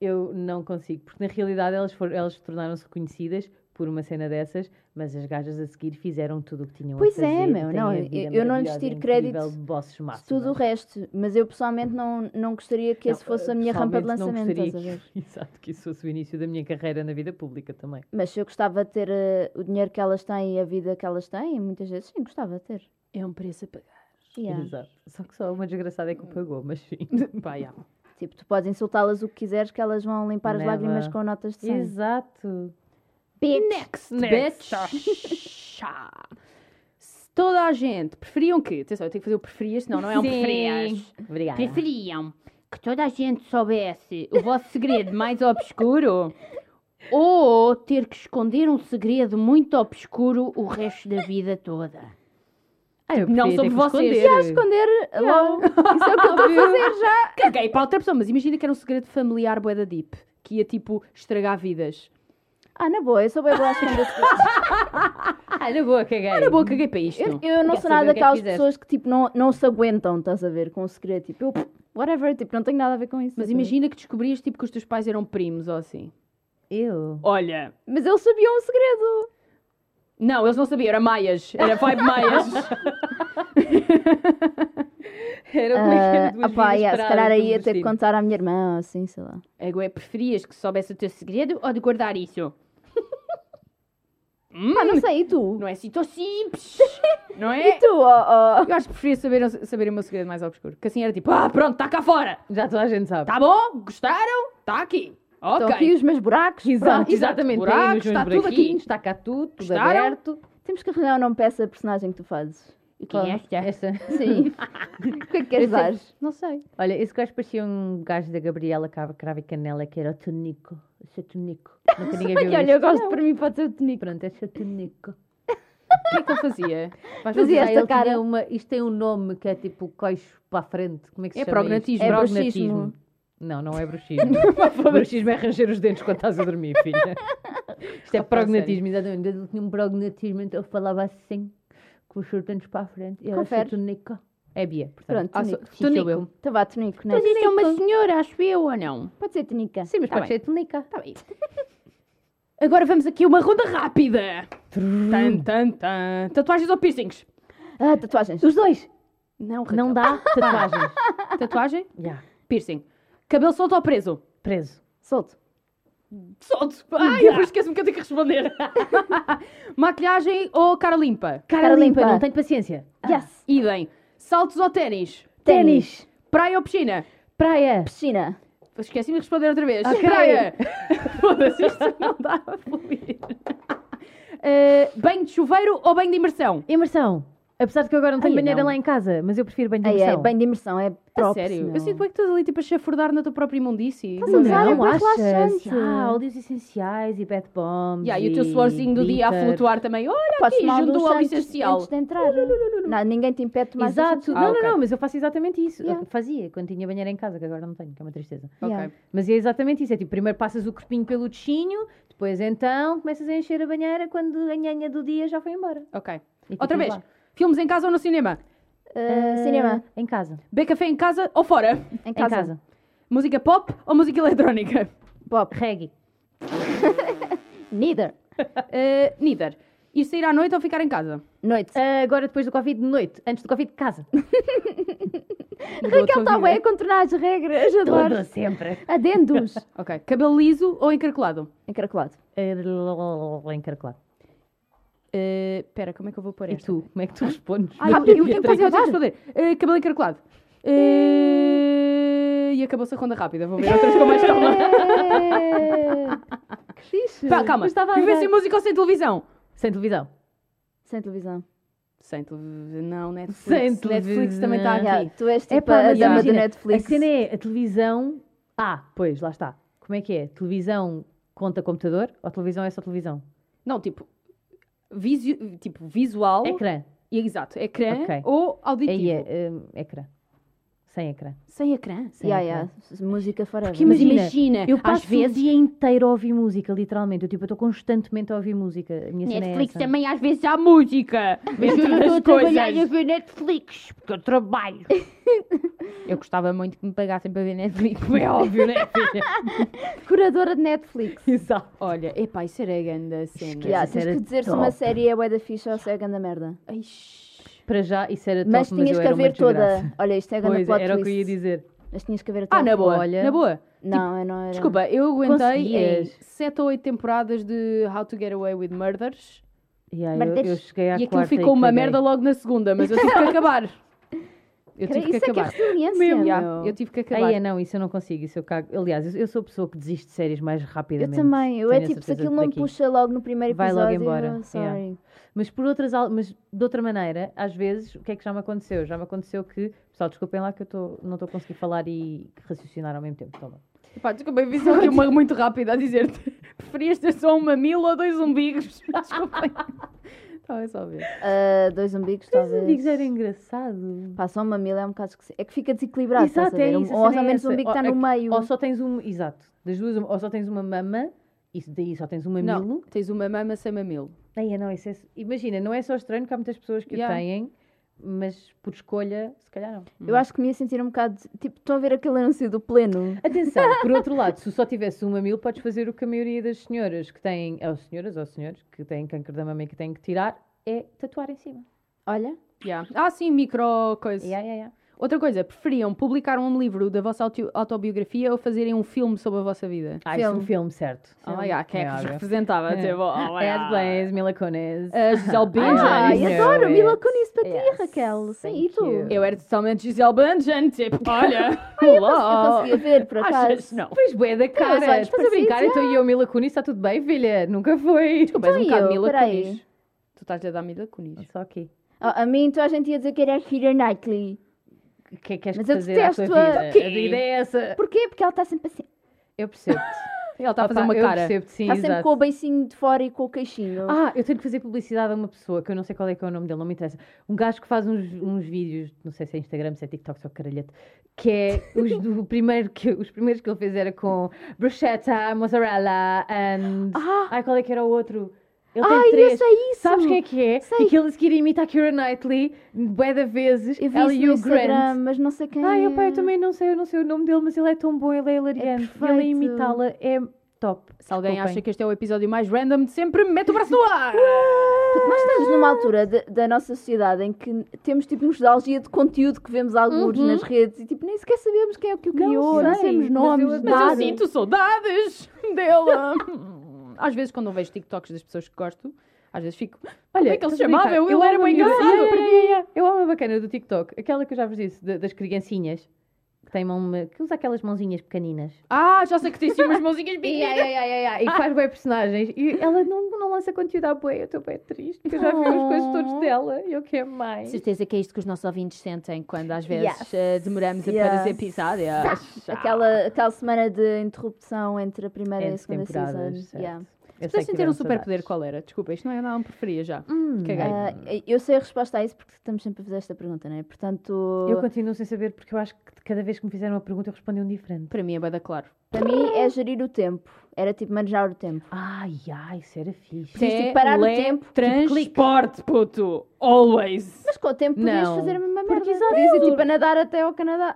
eu não consigo, porque na realidade elas, foram, elas tornaram-se reconhecidas por uma cena dessas, mas as gajas a seguir fizeram tudo o que tinham Pois a é, fazer. e meu, têm não, a eu- vida eu não lhes maravilhosa, é tiro incrível, crédito bosses máximos. Tudo o resto. Mas eu pessoalmente não, não gostaria que Não, esse fosse a minha rampa de pessoalmente não lançamento. estás gostaria a ver? que- Exato, que isso fosse o início da minha carreira na vida pública também. Mas se eu gostava de ter eh, o dinheiro que elas têm e a vida que elas têm, muitas vezes sim, gostava de ter. É um preço a pagar. Yeah. Exato. Só que só uma desgraçada é que o pagou, mas sim. Pá, yeah. Tipo, tu podes insultá-las o que quiseres, que elas vão limpar as Never. lágrimas com notas de sangue. Exato. Next, Ah. Next. bitch. Se Toda a gente preferiam que. Atenção, eu tenho que fazer o preferias, senão não é um Sim. preferias. Obrigada. Preferiam que toda a gente soubesse o vosso segredo mais obscuro ou ter que esconder um segredo muito obscuro o resto da vida toda? Ah, eu Não preferia sobre ter que vocês. esconder. Esconder logo. Isso é o que eu estou a fazer já. Caguei para outra pessoa, mas imagina que era um segredo familiar bué da deep, que ia tipo estragar vidas. Ah, na boa, eu sou bem boa a esconder segredos. Ah, na boa, caguei. Era boa, caguei para isto. Eu, eu não Quer sou saber nada o que é que daquelas fizeste? pessoas que tipo, não, não se aguentam, estás a ver, com o segredo. Tipo, eu, whatever, tipo, não tenho nada a ver com isso. Mas estás a ver? imagina que descobrias tipo que os teus pais eram primos ou assim. Eu. Olha, Mas um eles sabiam o segredo. não, eles não sabiam, era maias, era vibe maias. Era como é que era Ah, duas opá, vidas yeah, se paradas calhar pelo aí ia ter que destino. contar à minha irmã, ou assim, sei lá. Agora, é, preferias que soubesse o teu segredo ou de guardar isso? Pá, não sei, e tu? Não é assim tão simples, não E é? tu, ó, ó. Eu acho que preferia saber, saber o meu segredo mais obscuro. Que assim era tipo, ah, pronto, está cá fora. Já toda a gente sabe. Tá bom? Gostaram? Está aqui. Ok. Estão aqui os meus buracos. Exato, Pronto. exatamente. buracos, Tem aí nos meus está tudo buraquinhos, aqui. Está cá tudo, tudo Gostaram? aberto. Temos que arranjar o nome para essa personagem que tu fazes. o que Qual? é esta? Esta. Sim. O que é que queres dar? Não sei. Olha, esse gajo parecia um gajo da Gabriela Cava- Cravo e Canela, que era o Tonico. O seu Tonico. Nunca ninguém viu Ai, olha, eu isto. gosto, para mim pode ser o Tonico. Pronto, é seu Tonico. O que é que ele fazia? Mas Fazia vamos lá, esta ele tinha cara. uma- isto tem um nome que é tipo coixo para a frente. Como é que se É chama isto? prognatismo. É Prognatismo. bruxismo. Não, não é bruxismo. bruxismo é ranger os dentes quando estás a dormir, filha. Isto é Só para a prognatismo, exatamente. Ele tinha um prognatismo, então eu falava assim, com os seus dentes para a frente. E era Confere. Tonico. É Bia, Pronto, portanto. Ah, só- Tonico. Sim, sou Tonico. eu. Então vá, Tonico, né? Mas isso é uma senhora, acho eu, ou não? Pode ser Tonica. Sim, mas Tá pode bem. ser Tonica. Tá bem. Agora vamos aqui a uma ronda rápida. Hum. Tan, tan, tan. Tatuagens ou piercings? Ah, tatuagens. Os dois. Não, Raquel. Não dá tatuagens. Tatuagem? Já. Piercing. Cabelo solto ou preso? Preso. Solto. Solto. Ai, eu esqueço-me que eu tenho que responder. Maquilhagem ou cara limpa? Cara, Cara limpa, Ah, limpa. não tenho paciência. Yes. Idem. Saltos ou ténis? Ténis. Praia ou piscina? Praia. Piscina. Esqueci-me de responder outra vez. Ok. Praia. Foda-se, isto não dá a fluir. Eh, banho de chuveiro ou banho de imersão? Imersão. Apesar de que eu agora não tenho Ai, banheira não. lá em casa, mas eu prefiro banho de Ai, é imersão. bem de imersão, é A próprio. sério? Eu sinto bem que estás ali tipo a chafurdar na tua própria imundície. Estás a usar é não bem achas? relaxante. Ah, óleos essenciais e bad bombs. Yeah, e o teu suorzinho do dia a glitter. flutuar também. Olha Podes aqui, tomar um junto dos ao óleo antes, essencial. antes de entrar. Não, ninguém te impede de tomar Exato. Ah, não, ok. não, não, mas eu faço exatamente isso. Yeah. Eu fazia quando tinha banheira em casa, que agora não tenho, que é uma tristeza. Yeah. Ok. Mas é exatamente isso. É tipo, primeiro passas o corpinho pelo tchinho, depois então começas a encher a banheira quando a nhanha do dia já foi embora. Ok. E Outra ficas vez. lá. Eh, Filmes em casa ou no cinema? Ah, cinema. Em casa. Beber café em casa ou fora? Em casa. Em casa. Música pop ou música eletrónica? Pop. Reggae. Neither. Eh, neither. Ir sair à noite ou ficar em casa? Noite. Ah, agora depois do Covid de noite. Antes do Covid de casa. Mudou a Raquel tua está vida? bem a contornar as regras, adoro. Tudo sempre. Adendos. Ok. Cabelo liso ou encaracolado? Encaracolado. Eh, Encarcolado. Eh, Pera, como é que eu vou pôr E esta? tu, como é que tu respondes? Ai, eu, eu tenho que fazer, eu tenho que responder. Eh, cabelo encaracolado. Eh, e acabou-se a ronda rápida. Vou ver outras com mais calma. É. que Fixe. Pá, calma. Eu estava a Viver andar. sem música ou sem televisão? Sem televisão. Sem televisão. Sem televisão. Não, Netflix. Sem Netflix televisão. também está aqui. Yeah, tu és tipo Epá, a mas dama do imagina, Netflix. A cena é a televisão. Ah, pois, lá está. Como é que é? Televisão conta computador ou televisão é só televisão? Não, tipo, visu... tipo visual. Ecrã. Exato, ecrã Ok. ou auditivo. Aí é hum, ecrã. Sem ecrã. Sem ecrã. Sem Yeah, ecrã. yeah. Música forever. Porque imagina, Mas imagina, Eu às passo o vezes. dia inteiro a ouvir música, literalmente. Eu tipo, eu estou constantemente a ouvir música. A minha cena Netflix é essa. também às vezes há Há música! Mas eu Entre estou a as trabalhar a coisas. ver Netflix, porque eu trabalho. Eu gostava muito que me pagassem para ver Netflix, como é óbvio, né? filha? Curadora de Netflix. Exato. Olha, epá, isso era a grande cena. Yeah, isso tens era que dizer se top. uma série é bué da ficha ou se é ganda merda. Ai, Para já, isso era top, Mas tinhas eu que era a uma ver desgraça. toda. Olha, isto é ganda Pois, plot era o que eu ia twist. dizer. Mas tinhas que ver até Ah, na ao boa, fim. Olha. na boa. Tipo, Não, eu não era. Desculpa, eu aguentei em Conseguias. 7 ou 8 temporadas de How to Get Away with Murders E aí, Mas eu, eu deixa- cheguei à e aquilo quarta ficou e uma caguei. merda logo na segunda, mas eu tive que acabar. Eu Cara, tive que isso é que é acabar. resiliência, Mesmo, meu. yeah, eu tive que acabar. Ai, é, não, isso eu não consigo, isso eu cago. Aliás, eu, eu sou a pessoa que desiste de séries mais Eu rapidamente. também. Eu é Tenho a tipo, se certeza aquilo não me daqui. puxa logo no primeiro Vai episódio. logo embora, eu- Sorry. Mas por outras, al- mas de outra maneira, às vezes, o que é que já me aconteceu? Já me aconteceu que, pessoal, desculpem lá que eu tô, não estou a conseguir falar e raciocinar ao mesmo tempo. Toma. Pá, desculpa, eu vi só aqui uma muito rápida a dizer-te. Preferias ter só um mamilo ou dois umbigos? Desculpa. Estava só a ver. Ah, dois umbigos, talvez. Digo, era engraçado. Pá, só um mamilo é um bocado esquisito. É que fica desequilibrado, Exato, estás a Um- ver? é isso, a Ou cena ao é menos o essa. umbigo Ou- está tá no meio. Ou só tens um, exato, das duas, uma- ou só tens uma mama, e daí só tens um Não, mamilo. tens uma mama sem mamilo. Ai, não, isso é, imagina, não é só estranho que há muitas pessoas que o Yeah. têm, mas por escolha, se calhar não. Eu acho que me ia sentir um bocado. Tipo, estão a ver aquele anúncio do pleno? Atenção, por outro lado, se só tivesse um mamilo, podes fazer o que a maioria das senhoras que têm, ou senhoras ou senhores, que têm câncer da mama e que têm que tirar, é tatuar em cima. Olha. Yeah. Ah, sim, micro coisa. Yeah, yeah, yeah. Outra coisa, preferiam publicar um livro da vossa auto- autobiografia ou fazerem um filme sobre a vossa vida? Ah, isso é um Filme. filme, certo. Oh my god, quem é É que vos óbvio. representava? É. Tipo, oh my As God. Blaze, é Mila Kunis. A Gisele Ah, Bündchen. é Yes. eu adoro. Mila Yes. Kunis para ti, Yes. Raquel. Sim, Thank e tu? you. Eu era totalmente Gisele Bündchen, tipo, olha, Eu olá. conseguia ver, por acaso. Achas? Não. Pois bué da os cara, olhos estás a brincar? parecidos, Então e eu, Mila Kunis, está tudo bem, filha? Nunca foi. Tu és um Então bocado eu, Mila peraí. Kunis. Tu estás a dar Mila Kunis. Só aqui. Ah, a mim, então a gente ia dizer que era a Keira Knightley. O que é que queres Mas eu fazer à tua detesto a- vida? Quê? A vida é essa. Porquê? Porque ela está sempre assim. Eu percebo-te. Ela está a fazer Opa, uma Eu cara. percebo-te, sim, Está sempre exato. com o beicinho de fora e com o queixinho. Ah, eu tenho que fazer publicidade a uma pessoa que eu não sei qual é que é o nome dele, não me interessa. Um gajo que faz uns, uns vídeos, não sei se é Instagram, se é TikTok, se é o caralhete, que é os, do primeiro que, os primeiros que ele fez era com bruschetta, mozzarella and. Ah. Ai, qual é que era o outro? Ele Ai, tem três. eu sei isso! Sabes quem é que é? Sei. E que ele a seguir imita a Keira Knightley, bué da vezes. Eu vi ela isso e no o Grant. Instagram, mas não sei quem Ai, é. opa, eu também não sei, eu não sei o nome dele, mas ele é tão bom, ele é hilariante. E ele a perfeito. imitá-la é top. Se alguém Desculpem. acha que este é o episódio mais random de sempre, mete o braço no ar! Nós estamos numa altura de- da nossa sociedade em que temos tipo nostalgia de conteúdo que vemos alguns nas redes e tipo nem sequer sabemos quem é que o criou, não, Uhum. sei, sabemos mas nomes, eu assim, tipo, adoro. Mas eu nada. sinto saudades dela! Às vezes, quando eu vejo TikToks das pessoas que gosto, às vezes fico. Olha, é que ele se estás a chamava? brincar? Ele era amo bem a minha- engraçado. Yeah, yeah, yeah, yeah. Eu amo a bacana do TikTok, aquela que eu já vos disse, da- das criancinhas, que tem uma, que usa aquelas mãozinhas pequeninas. Ah, já sei que tens sim umas mãozinhas E, pequenas. e Ah. que faz bem personagens. E ela não, não lança conteúdo à boia, eu estou bem triste, porque eu já vi os coisas Oh. todos dela e eu quero mais. certeza que é isto que os nossos ouvintes sentem quando às vezes Yes. eh, demoramos Yes. a pôr os episódios. Ah. Aquela, aquela semana de interrupção entre a primeira e a Entre segunda temporadas, season. certo. Yeah. Eu sei Deixa-me que ter um tiveram superpoder, saudades. qual era? Desculpa, isto não é nada, me preferia já. Hum, Caguei. ah, Ah, eu sei a resposta a isso porque estamos sempre a fazer esta pergunta, não é? Portanto, eu continuo sem saber, porque eu acho que cada vez que me fizeram uma pergunta eu respondi um diferente. Para mim é bada claro. para mim é gerir o tempo. Era tipo manejar o tempo. Ai, ai, isso era fixe. Preciso de parar o Tele- tempo, tipo, Transporte, puto! Always! Mas com o tempo podias Não, fazer a mesma merda. porque exato. Uh, Podias ir tipo a nadar até ao Canadá.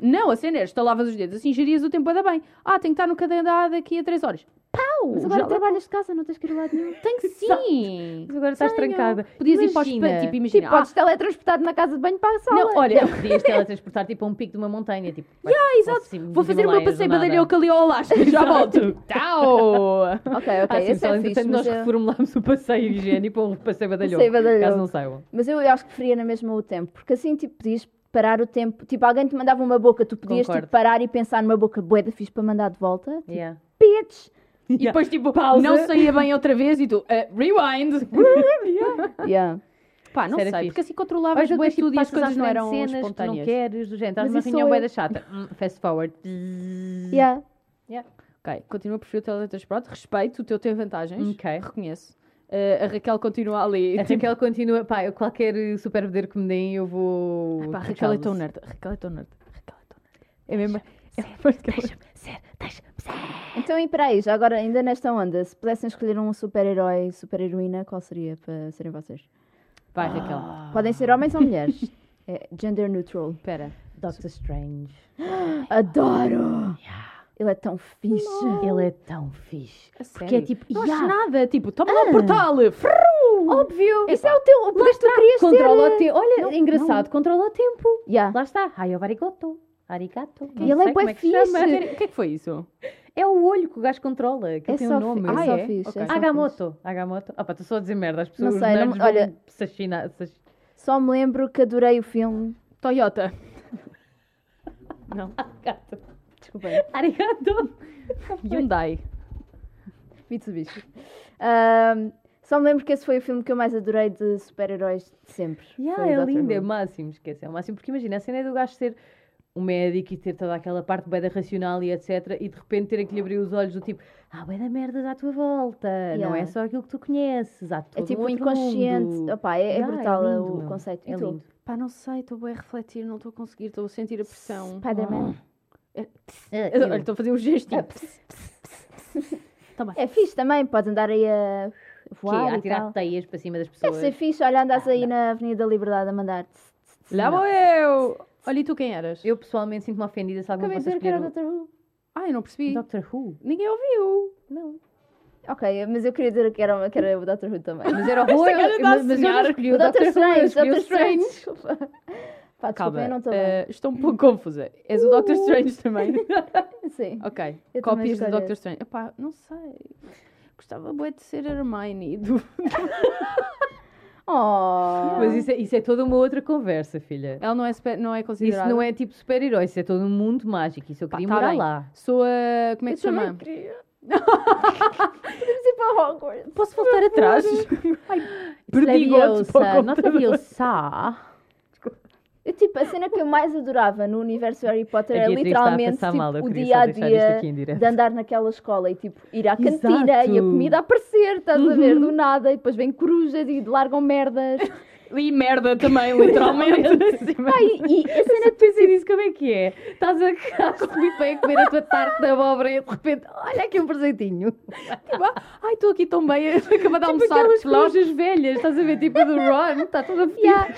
Não, a cena era, estalavas os dedos, assim gerias o tempo, anda bem. Ah, tenho que estar no cadeado daqui a 3 horas. Pau! Mas já agora lá- trabalhas de casa, não tens que ir a lado nenhum. Tem que sim! Mas agora estás trancada. Podias ir para os... Imagina. ah, pa- Tipo, imagina. Tipo, é? podes teletransportar na casa de banho para a ah, sala. não, olha, Não, podias teletransportar tipo a um pico de uma montanha. Tipo, yeah, exato. vou fazer o meu passeio badalhoca ali ao Alasca, já Exato. volto. Tchau! Ok, ok, Ah, sim, esse só é entretanto, fixe, nós mas, eu, reformulámos o passeio higiênico para um passeio badalhoco. Passeio badalhoco. Caso não saibam. mas eu acho que preferia na mesma o tempo, porque assim, tipo, podias parar o tempo, tipo, alguém te mandava uma boca, tu podias, tipo, Concordo. parar e pensar numa boca bué da fixe para mandar de volta, tipo, Yeah. bitch, E depois, tipo, Pausa. não saía bem outra vez e tu, eh, rewind. Yeah. Pá, não Isso era sei, fixe. porque assim Mas controlavas bué depois, tipo, tudo e as passas à coisas não frente eram cenas que não espontâneas. queres, do género. Mas Estás numa isso reunião sou bué eu. da chata. Hum, Fast forward. Yeah. Ok, continua a preferir o teletransporte, respeito, o teu tem vantagens, Ok. reconheço. Eh, a Raquel continua ali. A tipo, Raquel continua, pá, eu qualquer superpoder que me deem, eu vou. pá, a Raquel é puxá-los. tão nerd, a Raquel é tão nerd, a Raquel é tão nerd. É mesmo. É mesmo aquela- Então, e peraí, já agora, ainda nesta onda, se pudessem escolher um super-herói, super-heroína, qual seria para serem vocês? Vai, Raquel. Podem ser homens ou mulheres. É gender neutral. Espera. é? Doctor Strange. Adoro! Ele é tão fixe. Ele é tão fixe. A Porque é sério? tipo, Não yeah, acho nada, tipo, toma lá o portal! fruu! óbvio. Isso é o teu, o poder que tu querias Controla o ter. eh, tempo. Olha, Não, engraçado, controla o tempo. Yeah. Lá está. Ai, obrigado. Arigato. E ele é bué fixe. O que é que foi isso? É o olho que o gajo controla, que É tem só um nome. fi- é Ah, só é? fixe. é Ok. só fixe. Agamotto. Agamotto. Ah, pá, estou só a dizer merda. As pessoas sei, não- nerds olha- vão se achinar- se ach- Só me lembro que adorei o filme. Toyota. Arigato. Desculpa. Arigato. Então Hyundai. Mitsubishi. Ahm, só me lembro que esse foi o filme que eu mais adorei de super-heróis de sempre. Yeah, Foi o é Doctor lindo, é Who. o máximo, esquece, é o máximo. Porque imagina, a cena é do gajo ser um médico e ter toda aquela parte bem da racional e etc. E de repente terem que lhe abrir os olhos do tipo, há ah, bué da merdas à tua volta. Não Yeah. é só aquilo que tu conheces, há todo É tipo um outro inconsciente. mundo. Opa, é, é Yeah, brutal é lindo, o meu. conceito. E É tu? lindo. Pá, não sei, estou bem a refletir, não estou a conseguir, estou a sentir a pressão. Spider-Man. Ah, eu- Olha, estou a fazer um gestinho. Ah. Tá bem. É fixe também, podes andar aí a Que é, voar a e tirar tal. teias para cima das Deve pessoas. ser fixe, olha, andas aí na Avenida da Liberdade a mandar. tss, tss, tss. Lá Não. vou eu! Olha, e tu quem eras? Eu pessoalmente sinto-me ofendida se alguma Acabei de coisa dizer que era escolher o o Dr. Who. Ah, eu não percebi. Doctor Who. Ninguém ouviu. Não. Ok, mas eu queria dizer que era, que era o Dr. Who também. Mas era o Who, eu- cara da mas, mas eu não senhora. escolhi o Doctor Who, eu escolhi o Dr. Strange. Strange. Desculpa. Pá, desculpa, Calma, eu não tá estou bem. eh, estou um pouco confusa. És o Doctor Strange também? Sim. ok. Eu também Cópias do escolho Doctor Strange. Epá, não sei. Gostava bué de ser a Hermione. Do... Oh. Mas isso é, isso é toda uma outra conversa, filha. Ela não é, super- não é Ah, considerada. Isso não é tipo super-herói, isso é todo um mundo mágico. Isso eu Pá, queria tá morar bem. lá. Sou a... Como é que se chama? queria. Podemos ir para Hogwarts. Posso voltar atrás? Ai, é perdi é gosto para o Leviosa, not computador. Leviosa. Eu, tipo, a cena que eu mais adorava no universo Harry Potter A era Beatriz está a literalmente passar tipo, mal, eu o queria só dia a deixar isto dia aqui em direto. de andar naquela escola e tipo ir à cantina Exato. Uhum. e a comida aparecer, estás a ver, do nada, e depois vêm corujas e largam merdas. E merda também, literalmente. assim, Ai, e a cena Pensei nisso, como é que é? Estás a a comer bem a comer a tua tarte da abóbora e de repente, olha aqui um presentinho. Tipo, ah, Ai, estou aqui tão bem, acaba de Tipo almoçar. aquelas Lá- lojas velhas, estás a ver? Tipo a do Ron, está toda fria. Yeah,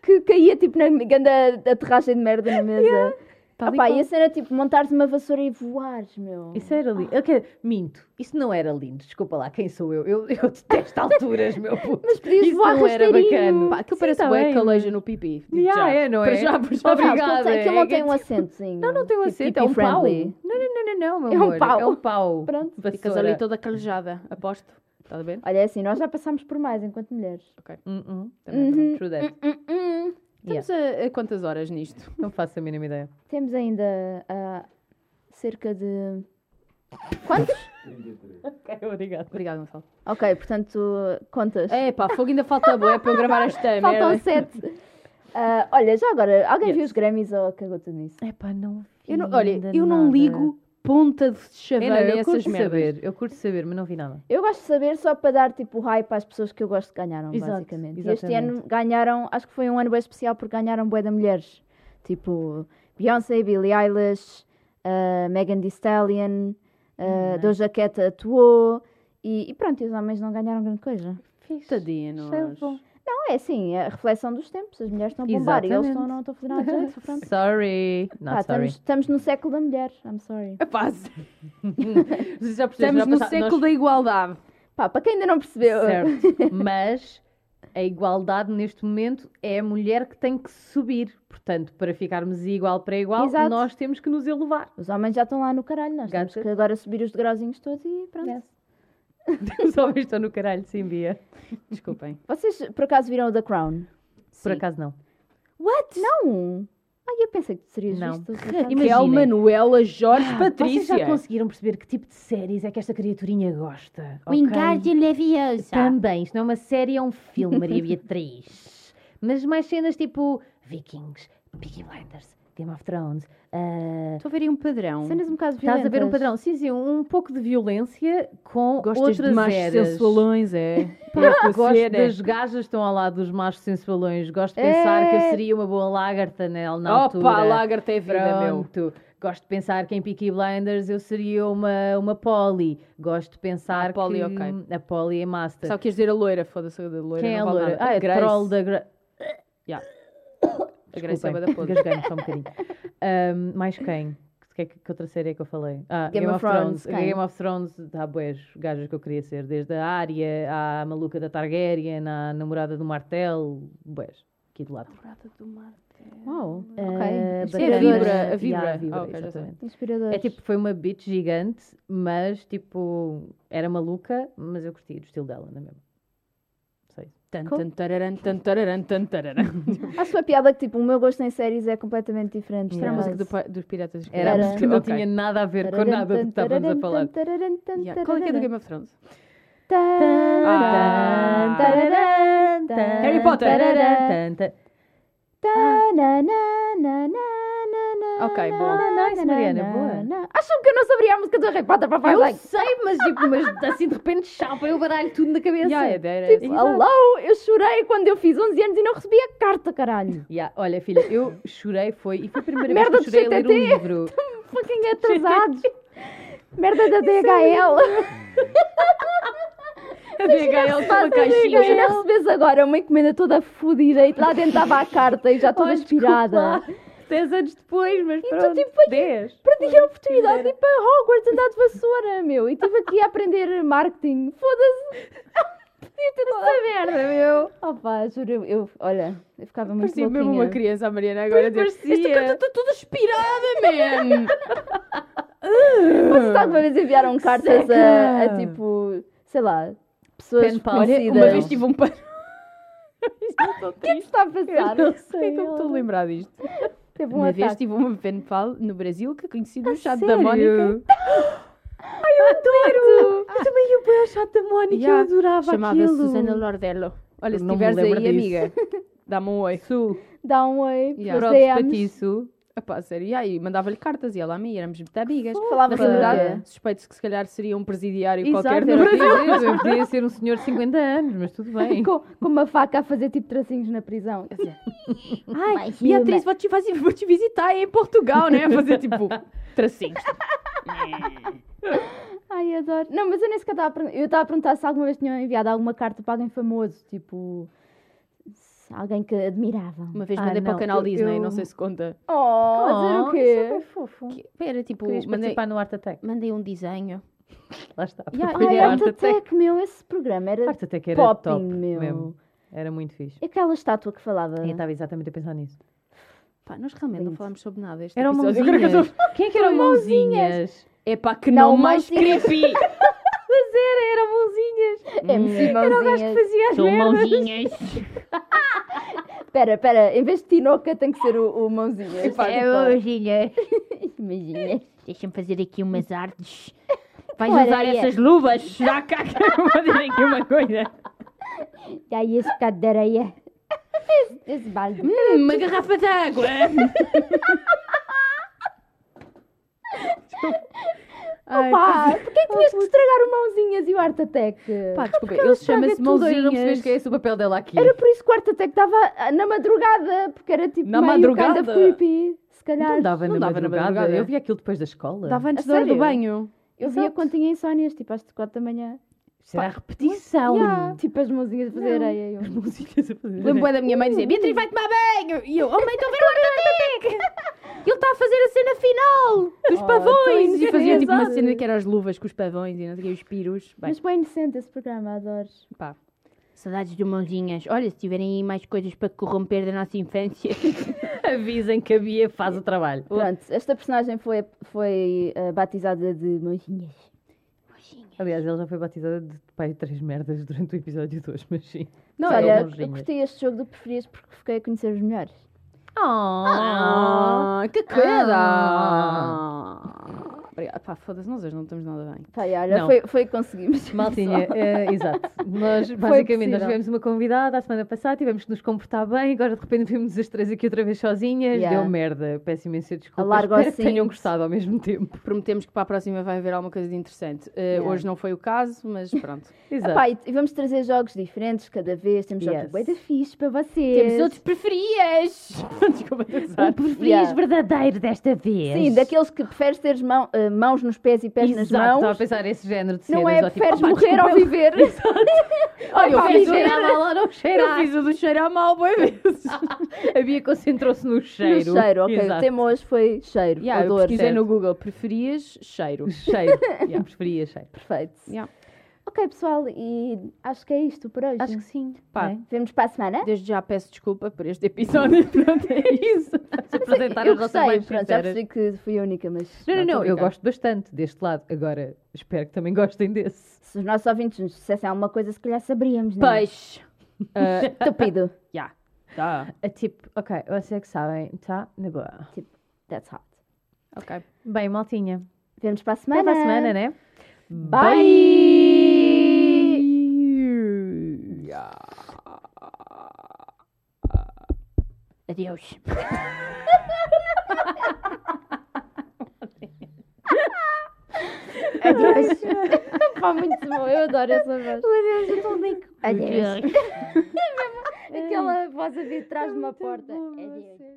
que caía tipo na grande aterragem de merda na mesa. Tal e Opá, qual. e a cena tipo montares uma vassoura e voares, meu. Isso é- era lindo. Eu quero- Minto, isso não era lindo. Desculpa lá, quem sou eu? Eu, eu detesto alturas, meu puto. Mas podias isso voar não era rasteirinho. bacana. Pá, aquilo Sim, parece tá bué bem, caleja no pipi. Digo Yeah, já. é, não Para é? já, para já. Opa, Obrigada. Não, Obrigada, aquilo, aquilo é não tem um que- acentozinho. Não, não tem um Tipo, acento, é um pau. hippie-friendly. Não, não, não, não, não, meu É um amor. pau. É um pau. Pronto. Ficas ali toda calejada, aposto. Estás a ver? Olha, é assim, nós já passámos por mais enquanto mulheres. Hum, hum, Uhum. também não. True that. Hum, hum. Estamos a, a quantas horas nisto? Não faço a mínima ideia. Temos ainda ah, cerca de. Quantos? Ok, obrigada. Obrigada, Gonçalo. ok, portanto, contas. É pá, fogo ainda falta bué para eu gravar esta Faltam assim merda. sete. Ah, olha, já agora, alguém viu é Yes. os Grammys ou cagou tudo nisso? Epá, não vi Eu não, olha, ainda eu não nada. ligo ponta de Eu, É, não, chaveira a eu essas curto merdas. saber, eu curto saber, mas não vi nada. Eu gosto de saber só para dar tipo hype às pessoas que eu gosto que ganharam, Exato, basicamente. E este exatamente. ano ganharam, acho que foi um ano bem especial porque ganharam bué de mulheres. Tipo, Beyoncé, Billie Eilish, ah, Megan Thee Stallion, uh, Uhum. Doja Cat atuou. E, e pronto, e os homens não ganharam grande coisa. Tadinha, nós. Não, é assim, é a reflexão dos tempos. As mulheres estão a bombar e eles estão, não estão a fazer nada de jeito. Pronto. Sorry, not Pá, sorry. estamos, estamos no século da mulher, I'm sorry. Epá, Vocês já perceberam, estamos já no passa- século da igualdade. Pá, para quem ainda não percebeu, Certo, mas a igualdade neste momento é a mulher que tem que subir. Portanto, para ficarmos igual para igual, Exato. nós temos que nos elevar. os homens já estão lá no caralho, nós temos Gotcha. que agora subir os degrauzinhos todos e pronto. Os homens estão no caralho, sim, Bia. Desculpem. Vocês por acaso viram o The Crown? Por acaso não. What? Não! Ai, eu pensei que tu serias Não. justo. Raquel, Imaginem. é Ah, Manuela, Jorge, Vocês já Patrícia. conseguiram perceber que tipo de séries é que esta criaturinha gosta? O Wingardium Tá. Leviosa. Também, isto não é uma série, é um filme, Maria Beatriz. Mas mais cenas tipo Vikings, Peaky Blinders, Game of Thrones. ah, Estou a ver aí um padrão. Cenas um bocado violentas. Estás a ver um padrão? Sim, sim, um pouco de violência com Gostas outras de machos eras. sensualões, é? Pá, gosto Pulseiras. das gajas que estão ao lado dos machos sensualões. Gosto de É. pensar que eu seria uma boa lagarta na, na altura. Opa, lagarta é vida, meu. Pronto. Gosto de pensar que em Peaky Blinders eu seria uma, uma Polly. Gosto de pensar Ah, Polly, que ok. a Polly é master. Só queres dizer a loira, foda-se a loira. Quem é a não vale loira? nada. Ah, é Grace. troll da... Gra... A Grace é bué da Desculpem, podre. engasguei-me só um bocadinho. Ahm, mais quem? Que, que, que outra série é que eu falei? Ah, Game of Thrones, A quem? Game of Thrones há boas gajas que eu queria ser. Desde a Arya, à maluca da Targaryen, à namorada do Martel. Boas. Aqui do lado. Namorada do Marte. Uau. Isto é a Vibra, a Vibra. Ah, ok, já sei. Inspirador. É tipo, foi uma bitch gigante, mas tipo, era maluca, mas eu curti o estilo dela, não é mesmo? Sei. Tan, Cool. tan, tararan, tan, tararan, tan, tararan. Acho uma piada que, tipo, o meu gosto em séries é completamente diferente. Isto era a Mas- música do pa- dos Piratas das Era, Era. a música que não Ok. tinha nada a ver com nada do que estávamos a falar. Yeah. Qual é que é do Game of Thrones? Ah. Tan, tararã, tan, Harry Potter. tararã, Tanta- tan, na, na, na, na, na, Ok, bom. na, Ah, nice, na, Mariana, na, boa. na. Acham que eu não saberia a música do Harry Potter para falar? Eu sei, mas, tipo, mas assim de repente chapa, eu baralho tudo na cabeça. Yeah, é, era. Tipo, hello, eu chorei quando eu fiz 11 anos e não recebi a carta, caralho. Yeah, olha, filha, eu chorei, foi, e foi a primeira vez Merda que eu de chorei a ler um CTT. livro. Fucking atrasados. é Merda da é DHL. A DHL com uma caixinha. Imagina recebes agora uma encomenda toda fodida e lá dentro estava a carta e já toda aspirada. 10 anos depois, mas E tu, pronto. tipo, aqui- 10. Perdi a oportunidade de ir para Hogwarts andar de vassoura, meu. E estive aqui a aprender marketing. Foda-se. Podia ter toda a merda, meu. Oh pá, juro, eu, eu- olha, eu ficava muito Parecia louquinha. mesmo uma criança, a Mariana agora. dizer, Pois Esta parecia. carta está toda aspirada, man! Vocês alguma vez enviaram cartas a, a, tipo, sei lá, pessoas Pen pal. Olha, desconhecidas? Uma vez tive um pano. O que é que está a Eu passar? não sei que eu me estou a lembrar disto. Teve um Uma ataque. vez tive uma penpal no Brasil que conheci no chá da sério? Mónica. Adoro! Eu também ia pôr a chata da Mónica, Yeah. eu adorava Chamava aquilo. Susana Lordello. Olha, se Não me tiveres aí, lembro disso. amiga, dá-me um oi. Su, Dá um oi. Yeah. pelos props para DMs. ti, Su. Epá, sério, e aí mandava-lhe cartas e ela a mim, éramos muito amigas. Falava Na é sobre o realidade, quê? suspeito que se calhar seria um presidiário Exato, qualquer era no o que Brasil. eu ia dizer, eu podia ser um senhor de 50 anos, mas tudo bem. Com, com uma faca a fazer tipo tracinhos na prisão. Vai, Beatriz, vou te, fazer- vou te visitar em Portugal, né? A fazer tipo tracinhos. Ai, adoro. Não, mas eu nem sequer estava a perguntar. Eu estava a perguntar se alguma vez tinham enviado alguma carta para alguém famoso, tipo. se- Alguém que admiravam. Uma vez Ah, mandei para o não, canal eu- Disney, eu- não sei se conta. Oh, a dizer o Oh, Isso é quê? bem fofo. Que- Era tipo, Querias mandei, participar no Art Attack. mandei um desenho. Lá está. Yeah, Foi Ai, Era Art Attack, meu, esse programa era Art Attack era popping, top meu. mesmo. Era muito fixe. Aquela estátua que falava. Eu estava exatamente a pensar nisso. Pá, nós realmente não Lindo. falámos sobre nada. Este Eram episódio. mãozinhas. Quem é que eram mãozinhas. mãozinhas? É pá, que Não, não, mais mãozinhas. creepy! Mas era, eram mãozinhas. É, MC Mãozinhas. Fazia as São merdas. mãozinhas. Espera, espera, em vez de Tinoca tem que ser o, o Mãozinhas. É mãozinhas. Mãozinhas. Deixa-me fazer aqui umas artes. Vais Olha, usar é. essas luvas? Já cá que eu vou dizer aqui uma coisa. E aí é- esse bocado de areia. Esse, esse balde. Hum, uma garrafa d'água! Ai, Pá, porquê que tinhas que estragar o Mãozinhas e o Art Attack? Pá, desculpa, ele chama-se Mãozinhas. Não percebes mãozinhas. que é esse o papel dela aqui. Era por isso que o Art Attack estava ah, na madrugada, porque era tipo Na meio madrugada? kinda creepy, se calhar. Não dava, Não na, dava na madrugada. madrugada. Eu vi aquilo depois da escola. Dava antes A da hora do sério? banho. Eu via Exato. quando tinha insónias, tipo às 4 da manhã. Será a repetição. Yeah, Tipo as mãozinhas a fazer Não. areia. Eu... Mãozinhas a fazer. Lembro da minha mãe dizer: Beatriz vai tomar banho! E eu: Oh, mãe, estou a ver o Artatec! Ele está a fazer a cena final dos Oh, pavões! tão E fazia tipo uma interessante. cena que era as luvas com os pavões e não sei o quê, os pirus. Bem, Mas bem inocente esse programa, adoro. pá. Saudades do mãozinhas. Olha, se tiverem aí mais coisas para corromper da nossa infância. Avisem que a Bia faz o trabalho. Pronto, esta personagem foi, foi ah, batizada de Mãozinhas. Aliás, ela já foi batizada de pai três merdas durante o episódio 2, mas sim. Não, Olha, é eu mãozinhas. gostei este jogo do preferias porque fiquei a conhecer os melhores. Oh. Ah, que queda! Obrigada. Pá, foda-se, nós hoje não estamos nada bem. Pá, e olha, Não. foi, foi que conseguimos. Maltinha, eh, exato. Nós, basicamente, possível. nós tivemos uma convidada a semana passada, tivemos que nos comportar bem, agora de repente vimos as três aqui outra vez sozinhas, Yeah. deu merda. Peço imensa desculpa. Alarga o Espero que tenham cinto. gostado ao mesmo tempo. Prometemos que para a próxima vai haver alguma coisa de interessante. Eh, Yeah. Hoje não foi o caso, mas pronto. Exato. Epá, e, e vamos trazer jogos diferentes cada vez. Temos jogos Yes. bem da fixe para vocês. Temos outros preferias! Desculpa, O Um Sara. preferias Yeah. verdadeiro desta vez. Sim, daqueles que preferes ter mão- eh, mãos nos pés e pés nas Exato, estava a mãos. pensar esse género de cenas. Não é, ó, tipo, preferes "Opá, morrer ou desculpa, viver. Olha, eu Epá, fiz, viver. o- Cheira mal ou não eu cheira? fiz o do cheiro à mal, boa vez! A Bia concentrou-se no No cheiro. cheiro, ok. O Exato. tema hoje foi cheiro, Yeah, eu odor. pesquisei certo. no Google preferias cheiro. Cheiro. yeah, preferia cheiro. Perfeito. Yeah. Ok, pessoal, e acho que é isto por hoje. Acho que sim. Pá, né? Vemos para a semana? Desde já peço desculpa por este episódio. Pronto, é isso. Se apresentar eu as nossas gostei, mais pronto, já sinceras. percebi que fui a única, mas Não, não, Não, tô não, a eu brincar. gosto bastante deste lado. Agora, espero que também gostem desse. se os nossos ouvintes nos dissessem alguma coisa, se calhar saberíamos, não é? Peixe. Ah, Estúpido. Já. Tá. É tipo, ok, vocês que sabem, tá? Na boa. That's hot. Ok. Bem, maltinha. Vemos para a semana. Até para a semana, né? Bye! Adeus. Adeus. Pá, muito bom. Eu adoro essa voz. Adeus. Adeus. É É. Aquela voz a vir atrás de uma porta. Adeus.